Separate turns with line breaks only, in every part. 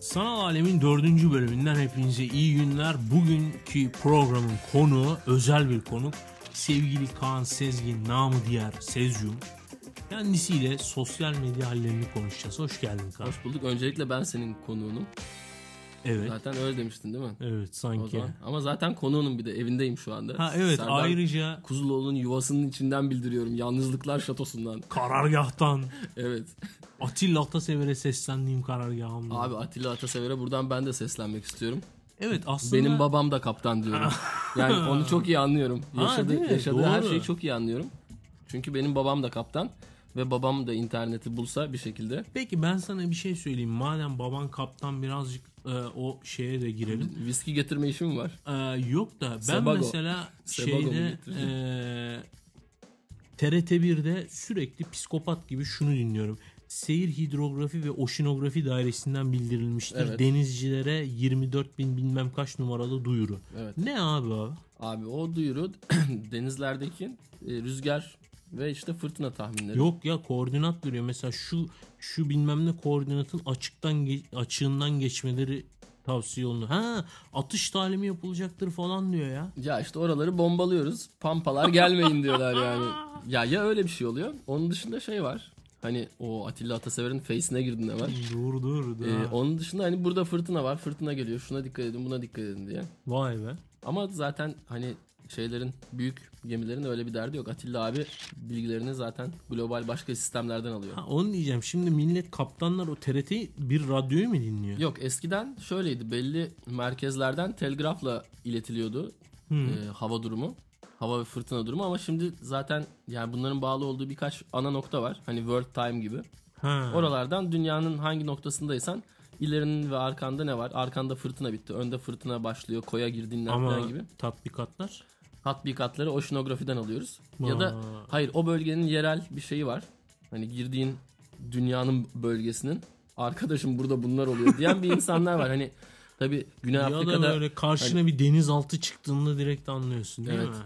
Sanal Alemin dördüncü bölümünden hepinize iyi günler. Bugünkü programın konuğu özel bir konuk. Sevgili Kaan Sezgin, namı diğer Sezyum. Kendisiyle sosyal medya hallerini konuşacağız. Hoş geldin Kaan.
Hoş bulduk. Öncelikle ben senin konuğunum.
Evet.
Zaten öyle demiştin değil mi?
Evet
O
sanki.
zaman. Ama zaten konuğunum bir de evindeyim şu anda.
Ha evet
Serdar
ayrıca
Kuzuloğlu'nun yuvasının içinden bildiriyorum. Yalnızlıklar şatosundan.
karargahtan
Evet.
Atilla Atasever'e seslendiğim karargahımda.
Abi Atilla Atasever'e buradan ben de seslenmek istiyorum.
evet aslında
Benim babam da kaptan diyorum. Yani onu çok iyi anlıyorum.
Ha, değil mi?
Yaşadığı, yaşadığı her
Doğru.
şeyi çok iyi anlıyorum. Çünkü benim babam da kaptan. Ve babam da interneti bulsa bir şekilde
Peki ben sana bir şey söyleyeyim. Madem baban kaptan birazcık e, o şeye de girelim.
viski getirme işi mi var?
Ee, yok da ben
Sebago.
mesela
Sebago mu
şeyde ee,
getirdin?
eee TRT1'de sürekli psikopat gibi şunu dinliyorum. Seyir hidrografi ve oşinografi dairesinden bildirilmiştir.
Evet.
Denizcilere 24 bin bilmem kaç numaralı duyuru.
Evet.
Ne abi abi?
Abi o duyuru denizlerdeki e, rüzgar ve işte fırtına tahminleri.
Yok ya koordinat veriyor. Mesela şu şu bilmem ne koordinatın açıktan ge- açığından geçmeleri tavsiye olunuyor. Ha atış talimi yapılacaktır falan diyor ya.
Ya işte oraları bombalıyoruz. Pampalar gelmeyin diyorlar yani. Ya ya öyle bir şey oluyor. Onun dışında şey var. Hani o Atilla Atasever'in face'ine girdin hemen.
Dur dur. dur.
Ee, onun dışında hani burada fırtına var. Fırtına geliyor. Şuna dikkat edin, buna dikkat edin diye.
Vay be.
Ama zaten hani şeylerin büyük gemilerin öyle bir derdi yok. Atilla abi bilgilerini zaten global başka sistemlerden alıyor.
Ha, onu diyeceğim. Şimdi millet kaptanlar o TRT'yi bir radyoyu mu dinliyor?
Yok eskiden şöyleydi belli merkezlerden telgrafla iletiliyordu e, hava durumu. Hava ve fırtına durumu ama şimdi zaten yani bunların bağlı olduğu birkaç ana nokta var. Hani World Time gibi.
Ha.
Oralardan dünyanın hangi noktasındaysan ilerinin ve arkanda ne var? Arkanda fırtına bitti. Önde fırtına başlıyor. Koya girdiğinden
Ama
falan gibi.
tatbikatlar.
Tatbikatları oşinografiden alıyoruz. Ya da
Aa.
hayır o bölgenin yerel bir şeyi var. Hani girdiğin dünyanın bölgesinin arkadaşım burada bunlar oluyor diyen bir insanlar var. Hani tabi Güney
Ya da
Afrika'da hani
böyle karşına bir denizaltı çıktığında direkt anlıyorsun değil
Evet.
mi?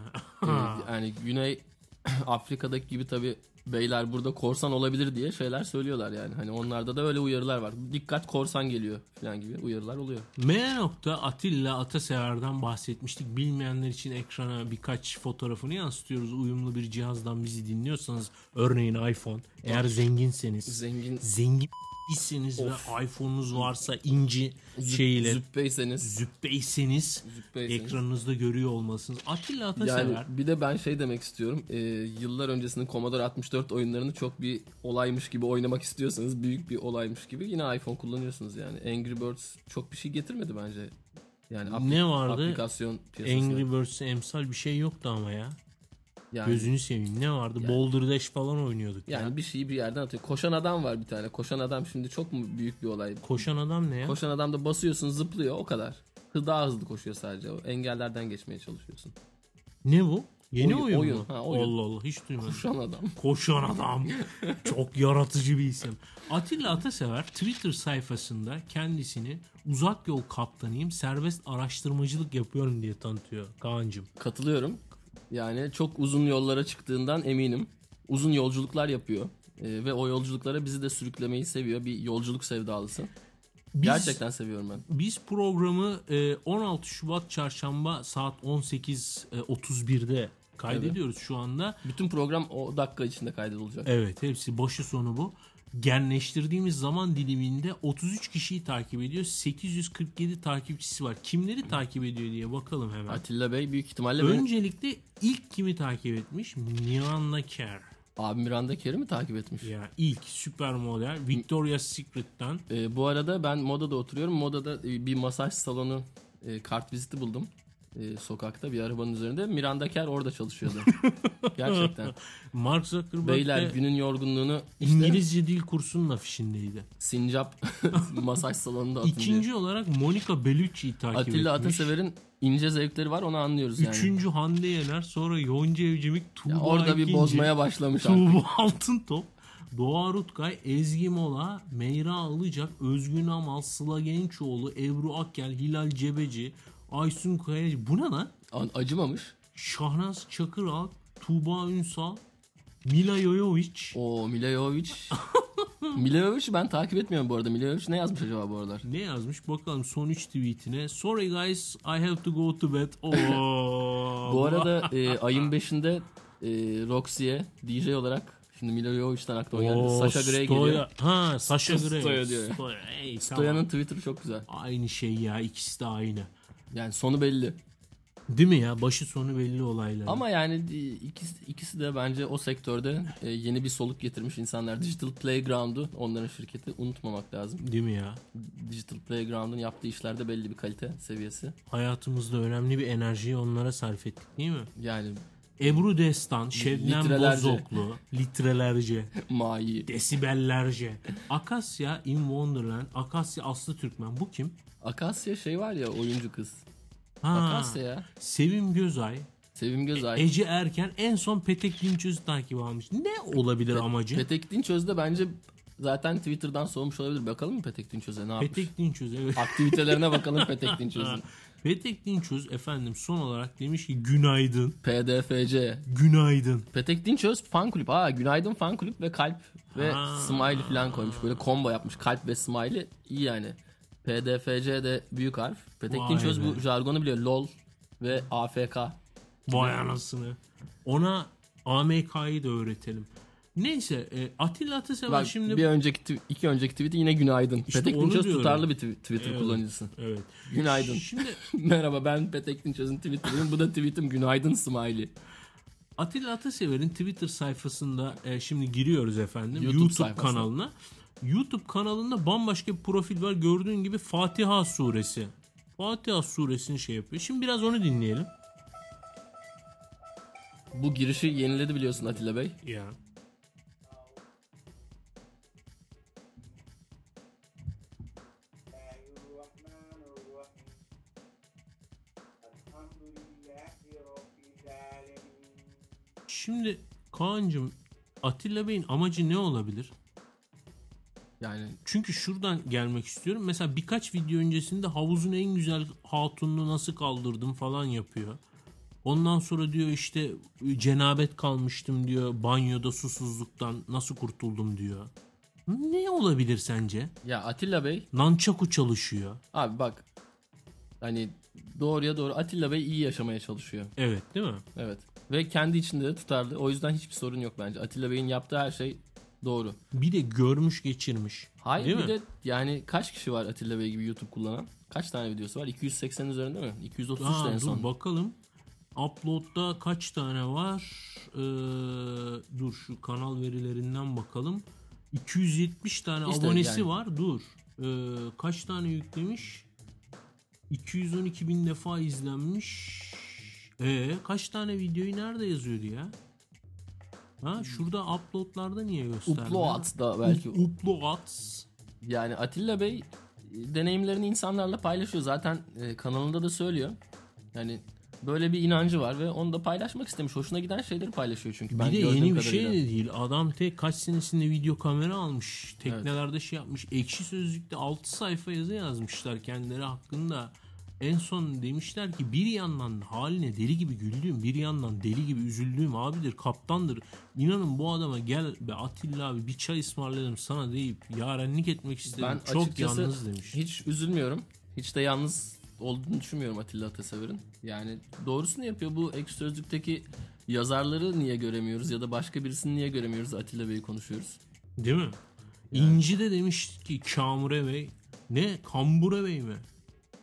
e, yani Güney Afrika'daki gibi tabi beyler burada korsan olabilir diye şeyler söylüyorlar yani. Hani onlarda da öyle uyarılar var. Dikkat korsan geliyor falan gibi uyarılar oluyor.
M nokta Atilla Atasever'den bahsetmiştik. Bilmeyenler için ekrana birkaç fotoğrafını yansıtıyoruz. Uyumlu bir cihazdan bizi dinliyorsanız örneğin iPhone. Eğer zenginseniz,
Zengin
zengin iseniz ve iPhone'unuz varsa inci şeyle
züppeyseniz
züppeyseniz
züppeyseniz.
ekranınızda görüyor olmalısınız. Atilla Atasever.
Yani bir de ben şey demek istiyorum. Ee, yıllar öncesinin Commodore 64 oyunlarını çok bir olaymış gibi oynamak istiyorsanız büyük bir olaymış gibi yine iPhone kullanıyorsunuz yani. Angry Birds çok bir şey getirmedi bence. Yani apl-
Ne vardı?
Aplikasyon piyasasına.
Angry Birds emsal bir şey yoktu ama ya.
yani,
Gözünü seveyim ne vardı? Boulder Dash falan oynuyorduk. ya.
yani bir şeyi bir yerden atıyor. Koşan adam var bir tane. Koşan adam şimdi çok mu büyük bir olay?
Koşan adam ne ya?
Koşan adam da basıyorsun zıplıyor o kadar. Hı- Daha hızlı koşuyor sadece. O engellerden geçmeye çalışıyorsun.
ne bu? Yeni
Oyun-
oyun,
oyun.
mu?
Ha, oyun.
Allah Allah hiç duymadım.
Koşan adam.
Koşan adam. Çok yaratıcı bir isim. Atilla Atasever Twitter sayfasında kendisini uzak yol kaptanıyım serbest araştırmacılık yapıyorum diye tanıtıyor Kaan'cığım.
Katılıyorum. Yani çok uzun yollara çıktığından eminim. Uzun yolculuklar yapıyor. Ee, ve o yolculuklara bizi de sürüklemeyi seviyor. Bir yolculuk sevdalısı.
Biz-
Gerçekten seviyorum ben.
Biz programı e, 16 Şubat çarşamba saat 18.31'de kaydediyoruz şu anda.
Bütün program o dakika içinde kaydolacak.
Evet hepsi başı sonu bu. Genleştirdiğimiz zaman diliminde 33 kişiyi takip ediyor. 847 takipçisi var. Kimleri takip ediyor diye bakalım hemen.
Atilla Bey büyük ihtimalle benim-
Öncelikle ilk kimi takip etmiş? Miranda Kerr.
abi Miranda Kerr'i mi takip etmiş?
Ya ilk süper model Victoria's Secret'ten.
Ee, bu arada ben Moda'da oturuyorum. Moda'da e, bir masaj salonu e, kart viziti buldum. E, sokakta bir arabanın üzerinde. Miranda Kerr orada çalışıyordu. Gerçekten.
Mark Zuckerberg de
Beyler günün yorgunluğunu
İngilizce dil kursunun afişindeydi.
sincap masaj salonunda atın diye.
İkinci olarak Monica Bellucci'yi takip
Atilla
etmiş.
Atasever'in ince zevkleri var onu anlıyoruz yani.
Üçüncü Hande Yener sonra Yonca Evcimik Tuğba
Ya orada bir
İkinci,
bozmaya başlamış artık.
Tuğba Altın Top Doğa Rutkay, Ezgi Mola, Meyra Ilıcak, Özgün Amal, Sıla Gençoğlu, Ebru Akkel, Hilal Cebeci, Aysun Kayacı. Bu ne lan?
An- acımamış.
Şahnaz Çakıral, Tuğba Ünsal, Mila Jojovic.
O Milajovic. Milajovic ben takip etmiyorum bu arada. Milajovic ne yazmış acaba bu aralar?
Ne yazmış bakalım son 3 tweetine. Sorry guys I have to go to bed. Oo.
Bu arada e, ayın 5'inde e, Roxy'ye DJ olarak şimdi Milajovic'den aklıma geldi.
Oo,
Sasha Grey
Stoya-
geliyor.
Ha Sasha Grey.
Stoya diyor ya.
Stoya. Ey, tamam.
Stoya'nın Twitter'ı çok güzel.
Aynı şey ya ikisi de aynı.
Yani sonu belli.
Değil mi ya? Başı sonu belli olaylar.
Ama yani e, ikisi, ikisi de bence o sektörde e, yeni bir soluk getirmiş insanlar. Digital Playground'u onların şirketi unutmamak lazım.
Değil mi ya?
Digital Playground'un yaptığı işlerde belli bir kalite seviyesi.
Hayatımızda önemli bir enerjiyi onlara sarf ettik değil mi?
Yani
Ebru Destan, Şebnem
Litrelerce.
Bozoklu, litrelerce,
mayi.
desibellerce. Akasya in Wonderland, Akasya Aslı Türkmen. Bu kim?
Akasya şey var ya oyuncu kız.
Ha, E,
Akasya ya.
Sevim Gözay,
Sevim Gözay.
Ece Erken en son Petek Dinçöz'ü takip almış. Ne olabilir amacı?
Petek Dinçöz de bence zaten Twitter'dan sormuş olabilir. Bakalım mı Petek Dinçöz'e ne yapmış?
Petek Dinçöz evet.
Aktivitelerine bakalım Petek Dinçöz'ün.
Petek Dinçöz efendim son olarak demiş ki günaydın.
PDFC.
Günaydın.
Petek Dinçöz fan kulüp. Aa günaydın fan kulüp ve kalp ve
Ha.
smiley falan koymuş. Böyle combo yapmış. Kalp ve smiley iyi yani. PDFC de büyük harf. Petek
Vay
Dinçöz
be.
bu jargonu biliyor. LOL ve AFK.
Vay anasını. Ona AMK'yı da öğretelim. Neyse e, Atilla Atasever
Bak
şimdi...
bir önceki tw- iki önceki tweet'i yine günaydın. Petek
onu
Dinçöz
diyorum.
tutarlı bir tw- Twitter kullanıcısı.
Evet.
Günaydın.
Şimdi
Merhaba ben Petek Dinçöz'ün Twitter'ıyım. Bu da tweet'im günaydın smiley.
Atilla Atasever'in Twitter sayfasında e, şimdi giriyoruz efendim.
YouTube
YouTube,
sayfasına.
kanalına. YouTube kanalında bambaşka bir profil var. Gördüğün gibi Fatiha suresi. Fatiha suresini şey yapıyor. Şimdi biraz onu dinleyelim.
Bu girişi yeniledi biliyorsun Atilla Bey.
Ya.
الرحمن الرحيم الحمد لله رب العالمين
Şimdi Kaan'cığım Atilla Bey'in amacı ne olabilir?
Yani
Çünkü şuradan gelmek istiyorum. Mesela birkaç video öncesinde havuzun en güzel hatununu nasıl kaldırdım falan yapıyor. Ondan sonra diyor işte cenabet kalmıştım diyor. Banyoda susuzluktan nasıl kurtuldum diyor. Ne olabilir sence?
ya Atilla Bey
Nançaku çalışıyor.
abi bak hani doğruya doğru Atilla Bey iyi yaşamaya çalışıyor.
Evet değil mi?
Evet. Ve kendi içinde de tutarlı. O yüzden hiçbir sorun yok bence. Atilla Bey'in yaptığı her şey doğru.
Bir de görmüş geçirmiş.
Hayır
değil
bir
mi?
de yani kaç kişi var Atilla Bey gibi YouTube kullanan? Kaç tane videosu var? 280 üzerinde mi? 233
Aa,
de en
dur
son.
bakalım. Upload'da kaç tane var? Ee, dur şu kanal verilerinden bakalım. 270 tane
İşte
abonesi
yani.
var. Dur. Ee, kaç tane yüklemiş? 212 bin defa izlenmiş. Ee, kaç tane videoyu nerede yazıyordu ya? Ha şurada uploadlarda niye gösterdi?
Upload da belki.
Uploads.
Yani Atilla Bey e, deneyimlerini insanlarla paylaşıyor. Zaten e, kanalında da söylüyor. Yani böyle bir inancı var ve onu da paylaşmak istemiş. Hoşuna giden şeyleri paylaşıyor çünkü.
Bir
ben
de
gördüğüm
yeni bir şey
kadarıyla.
de değil. Adam tek kaç senesinde video kamera almış. Teknelerde şey yapmış. Ekşi Sözlük'te 6 sayfa yazı yazmışlar kendileri hakkında. En son demişler ki bir yandan haline deli gibi güldüğüm, bir yandan deli gibi üzüldüğüm abidir, kaptandır. İnanın bu adama gel be Atilla abi bir çay ısmarladım sana deyip yarenlik etmek istedim.
Ben
Çok
açıkçası
yalnız demiş.
hiç üzülmüyorum. Hiç de yalnız olduğunu düşünmüyorum Atilla Atasever'in. Yani doğrusunu yapıyor. Bu ek sözlükteki yazarları niye göremiyoruz ya da başka birisini niye göremiyoruz Atilla Bey'i konuşuyoruz.
Değil mi? İnci de demiş ki Kamure Bey ne Kambure Bey mi?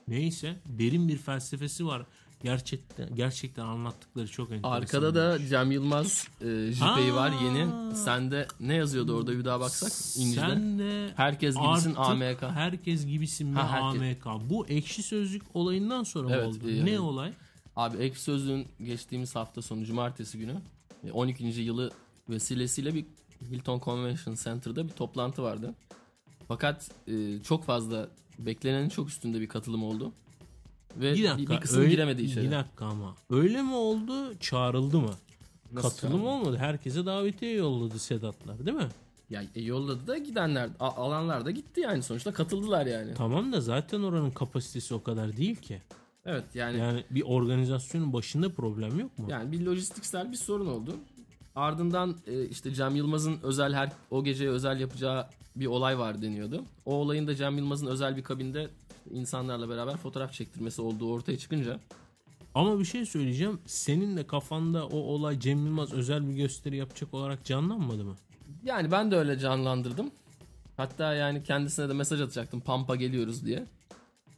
Neyse derin bir felsefesi var. Gerçekten gerçekten anlattıkları çok enteresan. şey.
Arkada da Cem Yılmaz e, jipeyi
Ha.
var yeni. Sende ne yazıyordu orada bir daha baksak İnci'de.
Sen de
Herkes gibisin
artık
AMK.
Herkes gibisin mi
Ha, herkes.
AMK. Bu ekşi sözlük olayından sonra
Evet,
mı oldu?
yani.
Ne olay?
Abi ek sözlüğün geçtiğimiz hafta sonu cumartesi günü e, 12. yılı vesilesiyle bir Hilton Convention Center'da bir toplantı vardı. Fakat e, çok fazla beklenenin çok üstünde bir katılım oldu. Ve
Bir
bir,
dakika.
bir kısım
öyle-
giremedi içeri.
Bir dakika ama. Öyle mi oldu? Çağrıldı mı?
Nasıl
Katılım
çağrıldı?
olmadı. Herkese davetiye yolladı Sedatlar değil mi?
Ya e, yolladı da gidenler, a- alanlar da gitti yani sonuçta katıldılar yani.
Tamam da zaten oranın kapasitesi o kadar değil ki.
Evet yani
Yani bir organizasyonun başında problem yok mu?
yani bir lojistiksel bir sorun oldu. Ardından e, işte Cem Yılmaz'ın özel her o geceye özel yapacağı bir olay var deniyordu. O olayın da Cem Yılmaz'ın özel bir kabinde insanlarla beraber fotoğraf çektirmesi olduğu ortaya çıkınca
Ama bir şey söyleyeceğim. Senin de kafanda o olay Cem Yılmaz özel bir gösteri yapacak olarak canlanmadı mı?
yani ben de öyle canlandırdım. Hatta yani kendisine de mesaj atacaktım Pampa geliyoruz diye.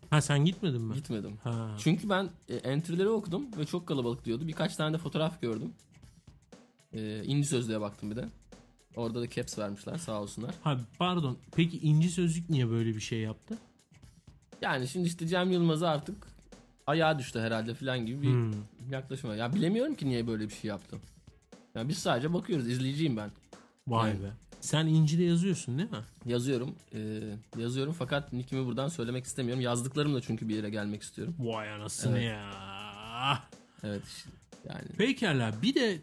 Ha sen gitmedin mi?
Gitmedim.
Ha.
Çünkü ben e, entry'leri okudum ve çok kalabalık diyordu. Birkaç tane de fotoğraf gördüm. E, İnci Sözlüğe baktım bir de. Orada da caps vermişler sağ olsunlar.
Ha pardon. Peki İnci Sözlük niye böyle bir şey yaptı?
Yani şimdi işte Cem Yılmaz'ı artık ayağa düştü herhalde falan gibi bir
Hmm.
yaklaşım var. Ya bilemiyorum ki niye böyle bir şey yaptı. Ya biz sadece bakıyoruz izleyiciyim ben.
Vay
Yani-
be. Sen İnci'de yazıyorsun değil mi?
Yazıyorum. e, yazıyorum fakat nickimi buradan söylemek istemiyorum. Yazdıklarımla çünkü bir yere gelmek istiyorum.
Vay anasını
Evet.
ya.
Evet yani
Pekala bir de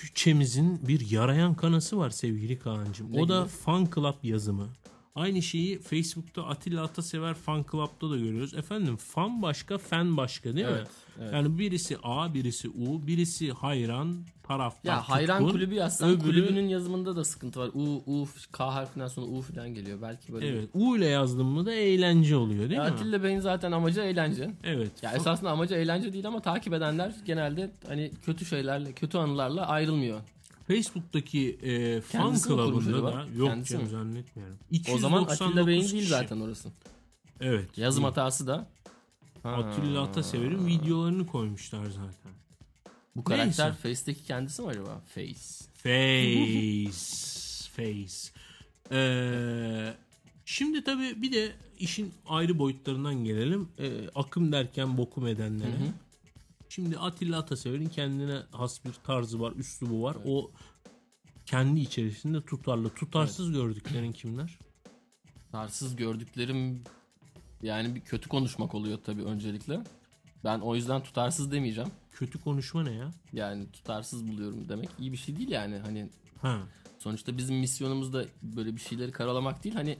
Türkçemizin bir yarayan kanası var sevgili Kaan'cığım.
Ne
O da
gibi?
fan club yazımı. Aynı şeyi Facebook'ta Atilla Atasever fan club'ta da görüyoruz. Efendim fan başka, fan başka değil mi?
Evet, evet.
Yani birisi A, birisi U, birisi hayran, taraftar,
Ya hayran
tutkun.
kulübü yazsan
öbürü-
kulübünün yazımında da sıkıntı var. U, U, K harfinden sonra U falan geliyor. Belki böyle.
Evet, U ile yazdım mı da eğlence oluyor
bir-
değil mi?
Atilla Bey'in zaten amacı eğlence.
Evet.
Ya esasında amacı eğlence değil ama takip edenler genelde hani kötü şeylerle, kötü anılarla ayrılmıyor.
Facebook'taki e, fan
Kendisi mi kurmuş
club'ında
acaba?
da yok
Kendisi
canım
mi?
zannetmiyorum.
O zaman Atilla
299
Bey'in
kişi.
değil zaten orası.
Evet.
Yazım
değil.
hatası da Ha,
Atilla Atasever'in videolarını koymuşlar zaten.
bu karakter
Neyse.
Face'deki kendisi mi acaba? Face.
Face. face. Ee, şimdi tabii bir de işin ayrı boyutlarından gelelim. Ee, akım derken bokum edenlere. Şimdi Atilla Atasever'in kendine has bir tarzı var, üslubu var. O kendi içerisinde tutarlı. Tutarsız gördüklerin kimler?
Tarsız gördüklerim yani bir kötü konuşmak oluyor tabii öncelikle. Ben o yüzden tutarsız demeyeceğim.
Kötü konuşma ne ya?
Yani tutarsız buluyorum demek iyi bir şey değil yani. Hani
Ha.
sonuçta bizim misyonumuz da böyle bir şeyleri karalamak değil. Hani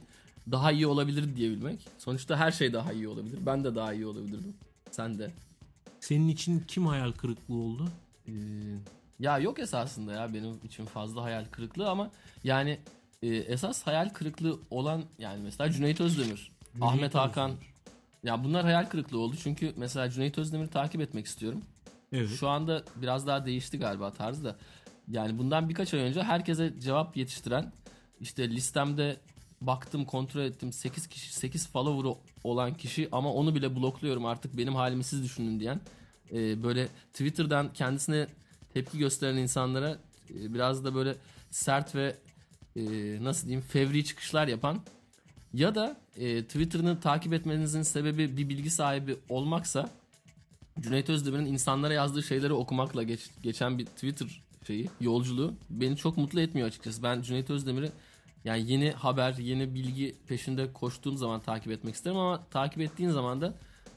daha iyi olabilir diyebilmek. Sonuçta her şey daha iyi olabilir. Ben de daha iyi olabilirdim. Sen de.
Senin için kim hayal kırıklığı oldu?
Ee, ya yok esasında ya benim için fazla hayal kırıklığı ama yani e, esas hayal kırıklığı olan yani mesela Cüneyt Özdemir, Ahmet Hakan. Ya bunlar hayal kırıklığı oldu çünkü mesela Cüneyt Özdemir'i takip etmek istiyorum.
Evet.
Şu anda biraz daha değişti galiba tarzı da. Yani bundan birkaç ay önce herkese cevap yetiştiren işte listemde baktım kontrol ettim 8 kişi 8 follower'ı olan kişi ama onu bile blokluyorum artık benim halimi siz düşünün diyen e, böyle Twitter'dan kendisine tepki gösteren insanlara e, biraz da böyle sert ve e, nasıl diyeyim fevri çıkışlar yapan ya da e, Twitter'ını takip etmenizin sebebi bir bilgi sahibi olmaksa Cüneyt Özdemir'in insanlara yazdığı şeyleri okumakla geç- geçen bir Twitter şeyi, yolculuğu beni çok mutlu etmiyor açıkçası. Ben Cüneyt Özdemir'i yani yeni haber, yeni bilgi peşinde koştuğum zaman takip etmek isterim ama takip ettiğin zaman da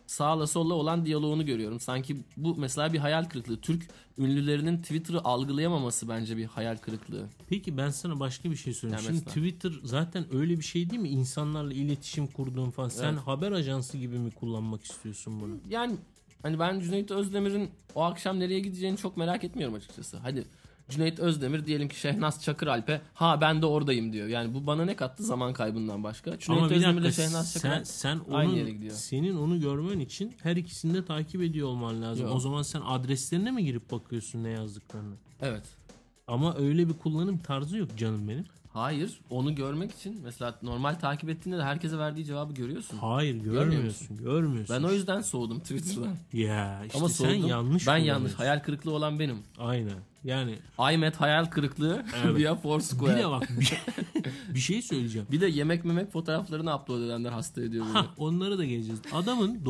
sağla solla olan diyaloğunu görüyorum. Sanki bu mesela bir hayal kırıklığı. Türk ünlülerinin Twitter'ı algılayamaması bence bir hayal kırıklığı.
Peki ben sana başka bir şey söyleyeyim.
Ya
Şimdi
mesela.
Twitter zaten öyle bir şey değil mi? İnsanlarla iletişim kurduğun falan. Sen
Evet.
haber ajansı gibi mi kullanmak istiyorsun bunu?
Yani hani ben Cüneyt Özdemir'in o akşam nereye gideceğini çok merak etmiyorum açıkçası. Hadi Cüneyt Özdemir diyelim ki Şehnaz Çakıralp'e ha ben de oradayım diyor. Yani bu bana ne kattı zaman kaybından başka. Cüneyt
Ama bir
Özdemir'le
dakika
Şehnaz
sen,
Çakıral
sen
aynı yere
onun,
gidiyor.
senin onu görmen için her ikisini de takip ediyor olman lazım.
Yok.
O zaman sen adreslerine mi girip bakıyorsun ne yazdıklarını?
Evet.
Ama öyle bir kullanım tarzı yok canım benim.
Hayır onu görmek için mesela normal takip ettiğinde de herkese verdiği cevabı görüyorsun.
Hayır görmüyorsun. Görmüyorsun.
Ben o yüzden soğudum Twitter'dan.
Ya işte
Ama
sen
soğudum.
yanlış
ben yanlış.
kullanıyorsun.
Hayal kırıklığı olan benim.
Aynen. Yani
Aymet hayal kırıklığı
Evet.
via
bir
Foursquare.
de bak bir, bir şey söyleyeceğim.
Bir de yemek memek fotoğraflarını upload edenler hasta ediyor beni.
Hah, onlara da geleceğiz. Adamın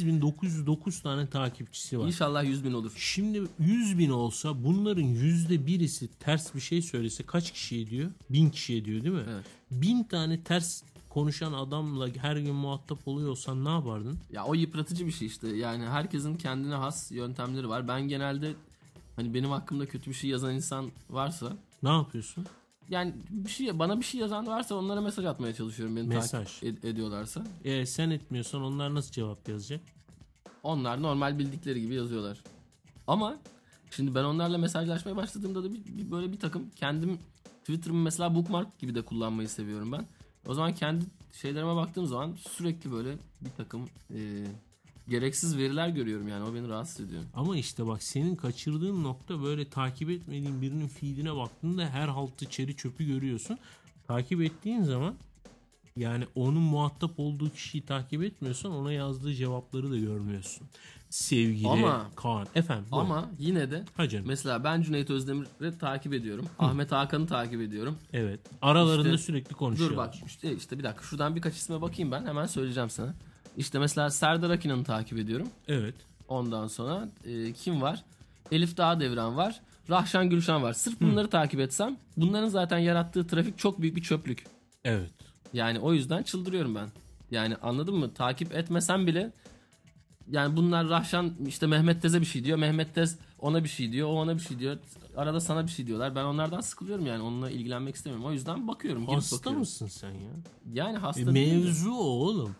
98.909 tane takipçisi var.
İnşallah 100 bin olur.
Şimdi 100 bin olsa bunların yüzde birisi ters bir şey söylese kaç kişi ediyor? Bin kişi ediyor değil mi?
Evet.
Bin tane ters konuşan adamla her gün muhatap oluyorsan ne yapardın?
Ya o yıpratıcı bir şey işte. Yani herkesin kendine has yöntemleri var. Ben genelde hani benim hakkımda kötü bir şey yazan insan varsa
Ne yapıyorsun?
yani bir şey bana bir şey yazan varsa onlara mesaj atmaya çalışıyorum beni
Mesaj.
takip ed- ediyorlarsa.
E, sen etmiyorsan onlar nasıl cevap yazacak?
Onlar normal bildikleri gibi yazıyorlar. Ama şimdi ben onlarla mesajlaşmaya başladığımda da bir, bir- böyle bir takım kendim Twitter'ımı mesela bookmark gibi de kullanmayı seviyorum ben. O zaman kendi şeylerime baktığım zaman sürekli böyle bir takım e, gereksiz veriler görüyorum yani o beni rahatsız ediyor.
Ama işte bak senin kaçırdığın nokta böyle takip etmediğin birinin feedine baktığında her haltı çeri çöpü görüyorsun. Takip ettiğin zaman yani onun muhatap olduğu kişiyi takip etmiyorsan ona yazdığı cevapları da görmüyorsun. Sevgili
Ama-
Kaan. Efendim. buyurun.
Ama yine de
Ha canım.
mesela ben Cüneyt Özdemir'i takip ediyorum. Ahmet Hakan'ı takip ediyorum.
Evet. Aralarında
İşte-
sürekli konuşuyorlar.
Dur bak işte, işte bir dakika şuradan birkaç isme bakayım ben hemen söyleyeceğim sana. İşte mesela Serdar Akinan'ı takip ediyorum.
Evet.
Ondan sonra e, kim var? Elif Dağ Devran var. Rahşan Gülşen var. Sırf bunları takip etsem bunların zaten yarattığı trafik çok büyük bir çöplük.
Evet.
Yani o yüzden çıldırıyorum ben. Yani anladın mı? Takip etmesem bile yani bunlar Rahşan işte Mehmet Tez'e bir şey diyor. Mehmet Tez ona bir şey diyor. O ona bir şey diyor. Arada sana bir şey diyorlar. Ben onlardan sıkılıyorum yani. Onunla ilgilenmek istemiyorum. O yüzden bakıyorum. girip
Hasta
bakıyorum.
mısın sen ya?
Yani hasta
E,
değilim.
mevzu o oğlum.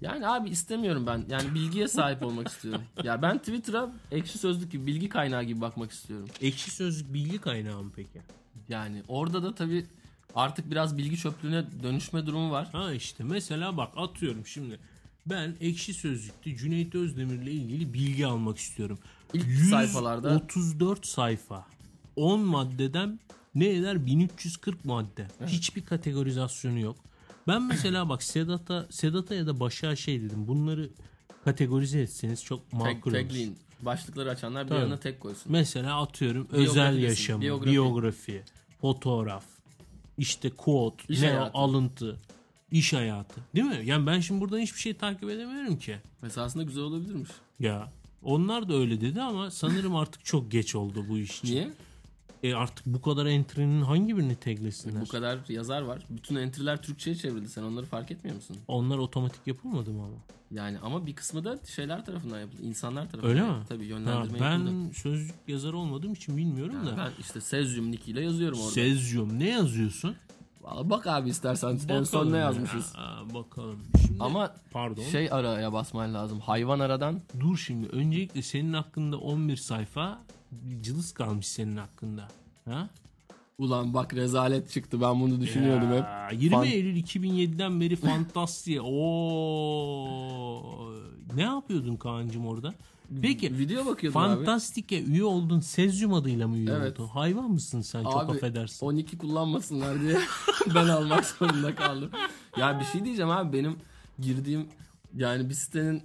Yani abi istemiyorum ben. Yani bilgiye sahip olmak istiyorum. Ya ben Twitter'a ekşi sözlük gibi bilgi kaynağı gibi bakmak istiyorum.
Ekşi sözlük bilgi kaynağı mı peki?
Yani orada da tabii artık biraz bilgi çöplüğüne dönüşme durumu var.
Ha işte mesela bak atıyorum şimdi. Ben ekşi sözlükte Cüneyt Özdemir'le ilgili bilgi almak istiyorum.
İlk sayfalarda-
34 sayfa. 10 maddeden ne eder? 1340 madde. Hiçbir kategorizasyonu yok. Ben mesela bak Sedat'a Sedat'a ya da Başak'a şey dedim. Bunları kategorize etseniz çok
Tek,
makul olur.
tagleyin. Başlıkları açanlar bir
Tabii.
yanına tek koysun.
Mesela atıyorum özel
Biyografi desin,
yaşamı, biyografi.
biyografi.
fotoğraf, işte quote,
İş
ne o,
hayatı.
alıntı, iş hayatı. Değil mi? Yani ben şimdi buradan hiçbir şey takip edemiyorum ki.
Mesela aslında güzel olabilirmiş.
Ya onlar da öyle dedi ama sanırım artık çok geç oldu bu iş için.
Niye?
E artık bu kadar entry'nin hangi birini taglesinler?
E, Bu kadar yazar var. Bütün entry'ler Türkçe'ye çevrildi. Sen onları fark etmiyor musun?
Onlar otomatik yapılmadı mı ama?
Yani ama bir kısmı da şeyler tarafından yapıldı. İnsanlar tarafından.
Öyle
yapıldı.
mi?
Tabii
Ha,
yönlendirme yapıldı.
ben sözlük yazarı olmadığım için bilmiyorum
Yani
da.
ben işte Sezyum nickiyle yazıyorum orada.
Sezyum ne yazıyorsun?
Valla Bak abi istersen en son
Bakalım
ne
ya.
yazmışız.
Aa, bakalım. Şimdi,
Ama
pardon.
şey araya basman lazım. Hayvan aradan
Dur şimdi öncelikle senin hakkında 11 sayfa cılız kalmış senin hakkında. Ha?
ulan bak rezalet çıktı. Ben bunu düşünüyordum hep.
Ya, 20
Fan-
Eylül 2007'den beri Fantasya. Oo. Ne yapıyordun Kaan'cığım orada? Peki
Video bakıyordum abi.
Fantastik'e üye oldun. Sezyum adıyla mı üye
Evet.
oldun? Hayvan mısın sen? Çok
Abi,
affedersin.
12 kullanmasınlar diye ben almak zorunda kaldım. Ya bir şey diyeceğim abi benim girdiğim yani bir sitenin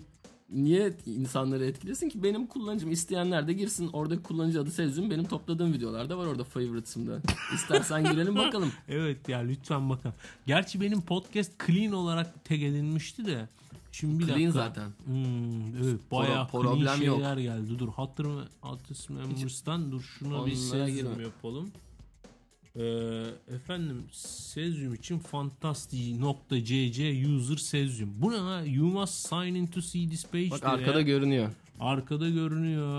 niye insanları etkilesin ki benim kullanıcım isteyenler de girsin oradaki kullanıcı adı Sezyum benim topladığım videolarda var orada favoritesimde. İstersen girelim bakalım.
Evet ya lütfen bakın. Gerçi benim podcast clean olarak tag edilmişti de. Şimdi bir
Clean
dakika.
zaten.
Hmm, evet, bayağı
problem
problem
yok.
şeyler geldi. Dur hatırım adres memurstan dur şuna bir
Onlara
sezyum
girme.
yapalım. Ee, efendim sezyum için fantastic.cc user sezyum. Bu ne ha? You must sign in to see this page.
Bak
diyor
arkada
ya.
görünüyor.
arkada görünüyor.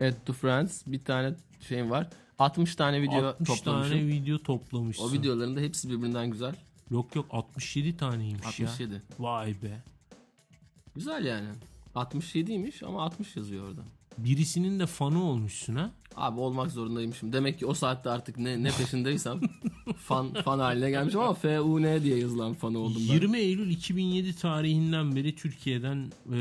Add to Friends bir tane şeyim var. 60 tane video
60
toplamışım.
tane video toplamışsın.
O videoların da hepsi birbirinden güzel.
Yok yok 67 taneymiş ya.
67.
Vay be.
Güzel yani. 67'ymiş ama 60 yazıyor orada.
Birisinin de fanı olmuşsun ha.
Abi olmak zorundaymışım. Demek ki o saatte artık ne ne peşindeysem fan fan haline gelmişim ama FUN diye yazılan fanı oldum ben.
20 Eylül 2007 tarihinden beri Türkiye'den e,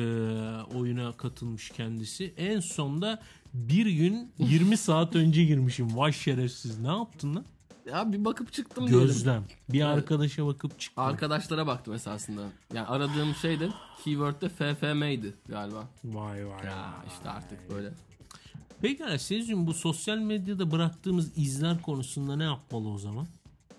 oyuna katılmış kendisi. En son da bir gün 20 saat önce girmişim. Vay şerefsiz. Ne yaptın lan?
Ya bir bakıp çıktım diyelim.
Gözlem. Bir arkadaşa bakıp çıktım.
Arkadaşlara baktım esasında. Yani aradığım şey de keyword de FFM'ydi galiba.
Vay vay.
Ya işte artık böyle.
Pekala Sezyum bu sosyal medyada bıraktığımız izler konusunda ne yapmalı o zaman?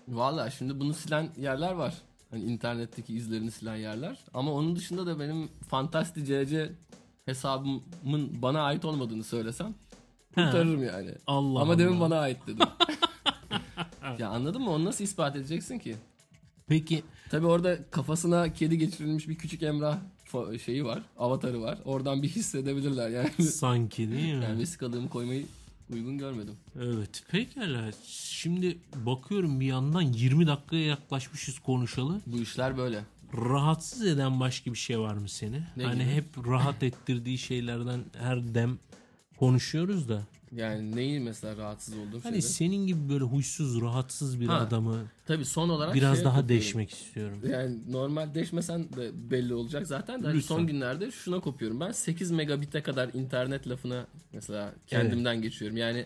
Valla şimdi bunu silen yerler var. Hani internetteki izlerini silen yerler. Ama onun dışında da benim Fantasti CC hesabımın bana ait olmadığını söylesem kurtarırım yani.
Allah
Ama demin
Allah.
bana ait dedim. ya anladın mı? Onu nasıl ispat edeceksin ki?
Peki
Tabi orada kafasına kedi geçirilmiş bir küçük Emrah fo- şeyi var. Avatarı var. Oradan bir hissedebilirler yani.
sanki değil mi?
yani vesikalığımı koymayı Uygun görmedim.
Evet pekala. Şimdi bakıyorum bir yandan 20 dakikaya yaklaşmışız konuşalı.
Bu işler böyle.
Rahatsız eden başka bir şey var mı seni?
Ne
hani
gibi?
hep rahat ettirdiği şeylerden her dem konuşuyoruz da.
Yani neyi mesela rahatsız olduğum
Hani
şeyler.
senin gibi böyle huysuz, rahatsız bir
Ha. şey
adamı
Tabii son olarak
biraz
şeye
daha
kopuyorum.
değişmek istiyorum.
Yani normal deşmesen de belli olacak zaten de hani
Lütfen.
son günlerde şuna kopuyorum. Ben 8 megabit'e kadar internet lafına mesela kendimden geçiyorum. Yani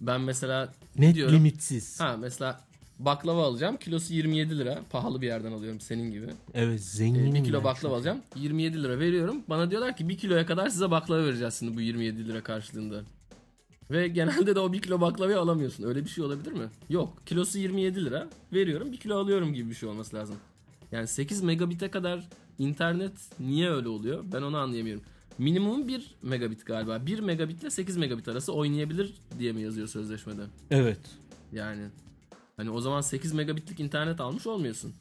ben mesela
Net
diyorum.
limitsiz.
Ha mesela baklava alacağım. Kilosu 27 lira. Pahalı bir yerden alıyorum senin gibi.
Evet
Ee,
zenginim.
bir kilo
ben
baklava
çünkü.
alacağım. 27 lira veriyorum. Bana diyorlar ki 1 kiloya kadar size baklava vereceğiz şimdi bu 27 lira karşılığında. Ve genelde de o 1 kilo baklavayı alamıyorsun. Öyle bir şey olabilir mi? Yok. Kilosu 27 lira. Veriyorum 1 kilo alıyorum gibi bir şey olması lazım. Yani 8 megabit'e kadar internet niye öyle oluyor? Ben onu anlayamıyorum. Minimum 1 megabit galiba. 1 megabit ile 8 megabit arası oynayabilir diye mi yazıyor sözleşmede?
Evet.
Yani hani o zaman 8 megabitlik internet almış olmuyorsun.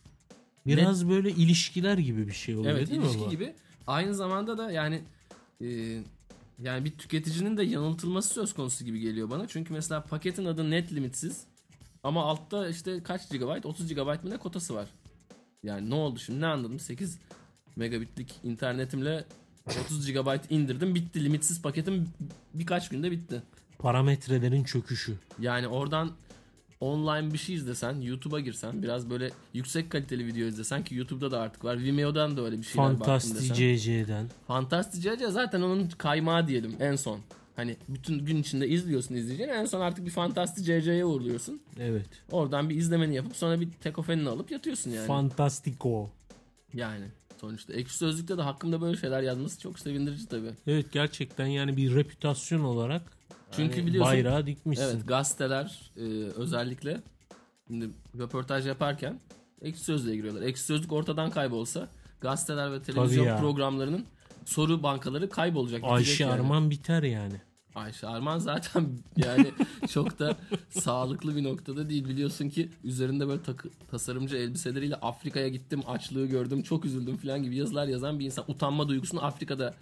Biraz böyle ilişkiler gibi bir şey oluyor
Evet
değil mi
ilişki
baba?
gibi. Aynı zamanda da yani e, yani bir tüketicinin de yanıltılması söz konusu gibi geliyor bana. Çünkü mesela paketin adı net limitsiz ama altta işte kaç GB 30 GB mı ne kotası var. Yani ne oldu şimdi ne anladım 8 megabitlik internetimle 30 GB indirdim bitti limitsiz paketim birkaç günde bitti.
Parametrelerin çöküşü.
Yani oradan online bir şey izlesen, YouTube'a girsen, biraz böyle yüksek kaliteli video izlesen ki YouTube'da da artık var. Vimeo'dan da öyle bir şeyler baktım
Fantastic
desen.
CC'den.
Fantastic Asia zaten onun kaymağı diyelim en son. Hani bütün gün içinde izliyorsun izleyeceğini en son artık bir Fantastic CC'ye uğurluyorsun.
Evet.
Oradan bir izlemeni yapıp sonra bir tekofenini alıp yatıyorsun yani.
Fantastico.
yani sonuçta ekşi sözlükte de hakkımda böyle şeyler yazması çok sevindirici tabii.
Evet gerçekten yani bir reputasyon olarak
Çünkü
hani
biliyorsun
bayrağı dikmişsin.
Evet gazeteler e, özellikle şimdi röportaj yaparken ekşi sözlüğe giriyorlar. Ekşi sözlük ortadan kaybolsa gazeteler ve
ya.
televizyon programlarının soru bankaları kaybolacak. gidecek
Ayşe
yani.
Arman biter yani.
Ayşe Arman zaten yani çok da sağlıklı bir noktada değil. Biliyorsun ki üzerinde böyle takı, tasarımcı elbiseleriyle Afrika'ya gittim açlığı gördüm çok üzüldüm falan gibi yazılar yazan bir insan. Utanma duygusunu Afrika'da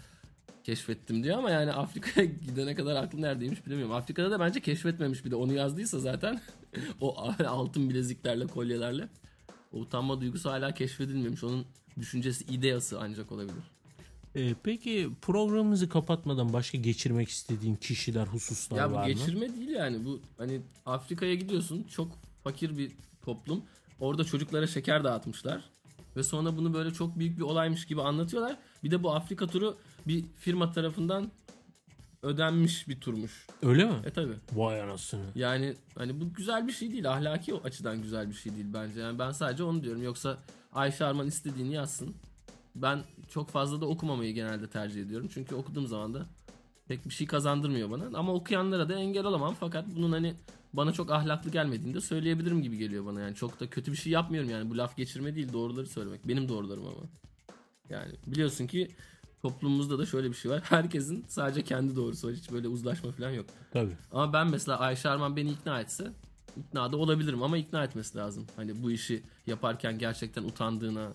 keşfettim diyor ama yani Afrika'ya gidene kadar aklı neredeymiş bilemiyorum. Afrika'da da bence keşfetmemiş bir de onu yazdıysa zaten o altın bileziklerle kolyelerle o utanma duygusu hala keşfedilmemiş. Onun düşüncesi ideası ancak olabilir.
Ee, peki programımızı kapatmadan başka geçirmek istediğin kişiler, hususlar
Ya bu
var mı?
geçirme değil yani bu hani Afrika'ya gidiyorsun çok fakir bir toplum. Orada çocuklara şeker dağıtmışlar ve sonra bunu böyle çok büyük bir olaymış gibi anlatıyorlar. Bir de bu Afrika turu bir firma tarafından ödenmiş bir turmuş.
Öyle mi?
E tabi.
Vay anasını.
Yani hani bu güzel bir şey değil. Ahlaki açıdan güzel bir şey değil bence. Yani ben sadece onu diyorum. Yoksa Ayşe Arman istediğini yazsın. Ben çok fazla da okumamayı genelde tercih ediyorum. Çünkü okuduğum zaman da pek bir şey kazandırmıyor bana. Ama okuyanlara da engel olamam. Fakat bunun hani bana çok ahlaklı gelmediğini de söyleyebilirim gibi geliyor bana. Yani çok da kötü bir şey yapmıyorum yani. Bu laf geçirme değil doğruları söylemek. Benim doğrularım ama. Yani biliyorsun ki toplumumuzda da şöyle bir şey var. Herkesin sadece kendi doğrusu var. Hiç böyle uzlaşma falan yok.
Tabii.
Ama ben mesela Ayşe Arman beni ikna etse ikna da olabilirim ama ikna etmesi lazım. Hani bu işi yaparken gerçekten utandığına,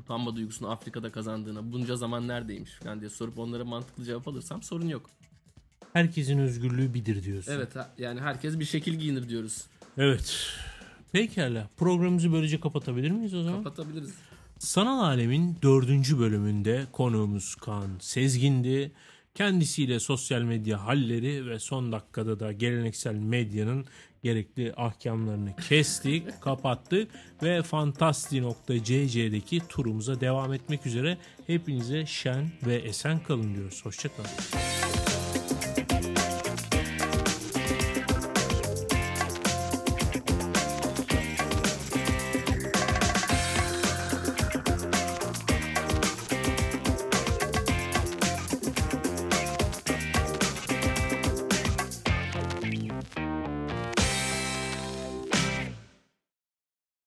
utanma duygusunu Afrika'da kazandığına, bunca zaman neredeymiş falan diye sorup onlara mantıklı cevap alırsam sorun yok.
Herkesin özgürlüğü bidir diyorsun.
Evet ha- yani herkes bir şekil giyinir diyoruz.
Evet. Pekala. Programımızı böylece kapatabilir miyiz o zaman?
Kapatabiliriz.
Sanal Alemin dördüncü bölümünde konuğumuz Kaan Sezgin'di. Kendisiyle sosyal medya halleri ve son dakikada da geleneksel medyanın gerekli ahkamlarını kestik, kapattık ve fantasti.cc'deki turumuza devam etmek üzere hepinize şen ve esen kalın diyoruz. Hoşçakalın.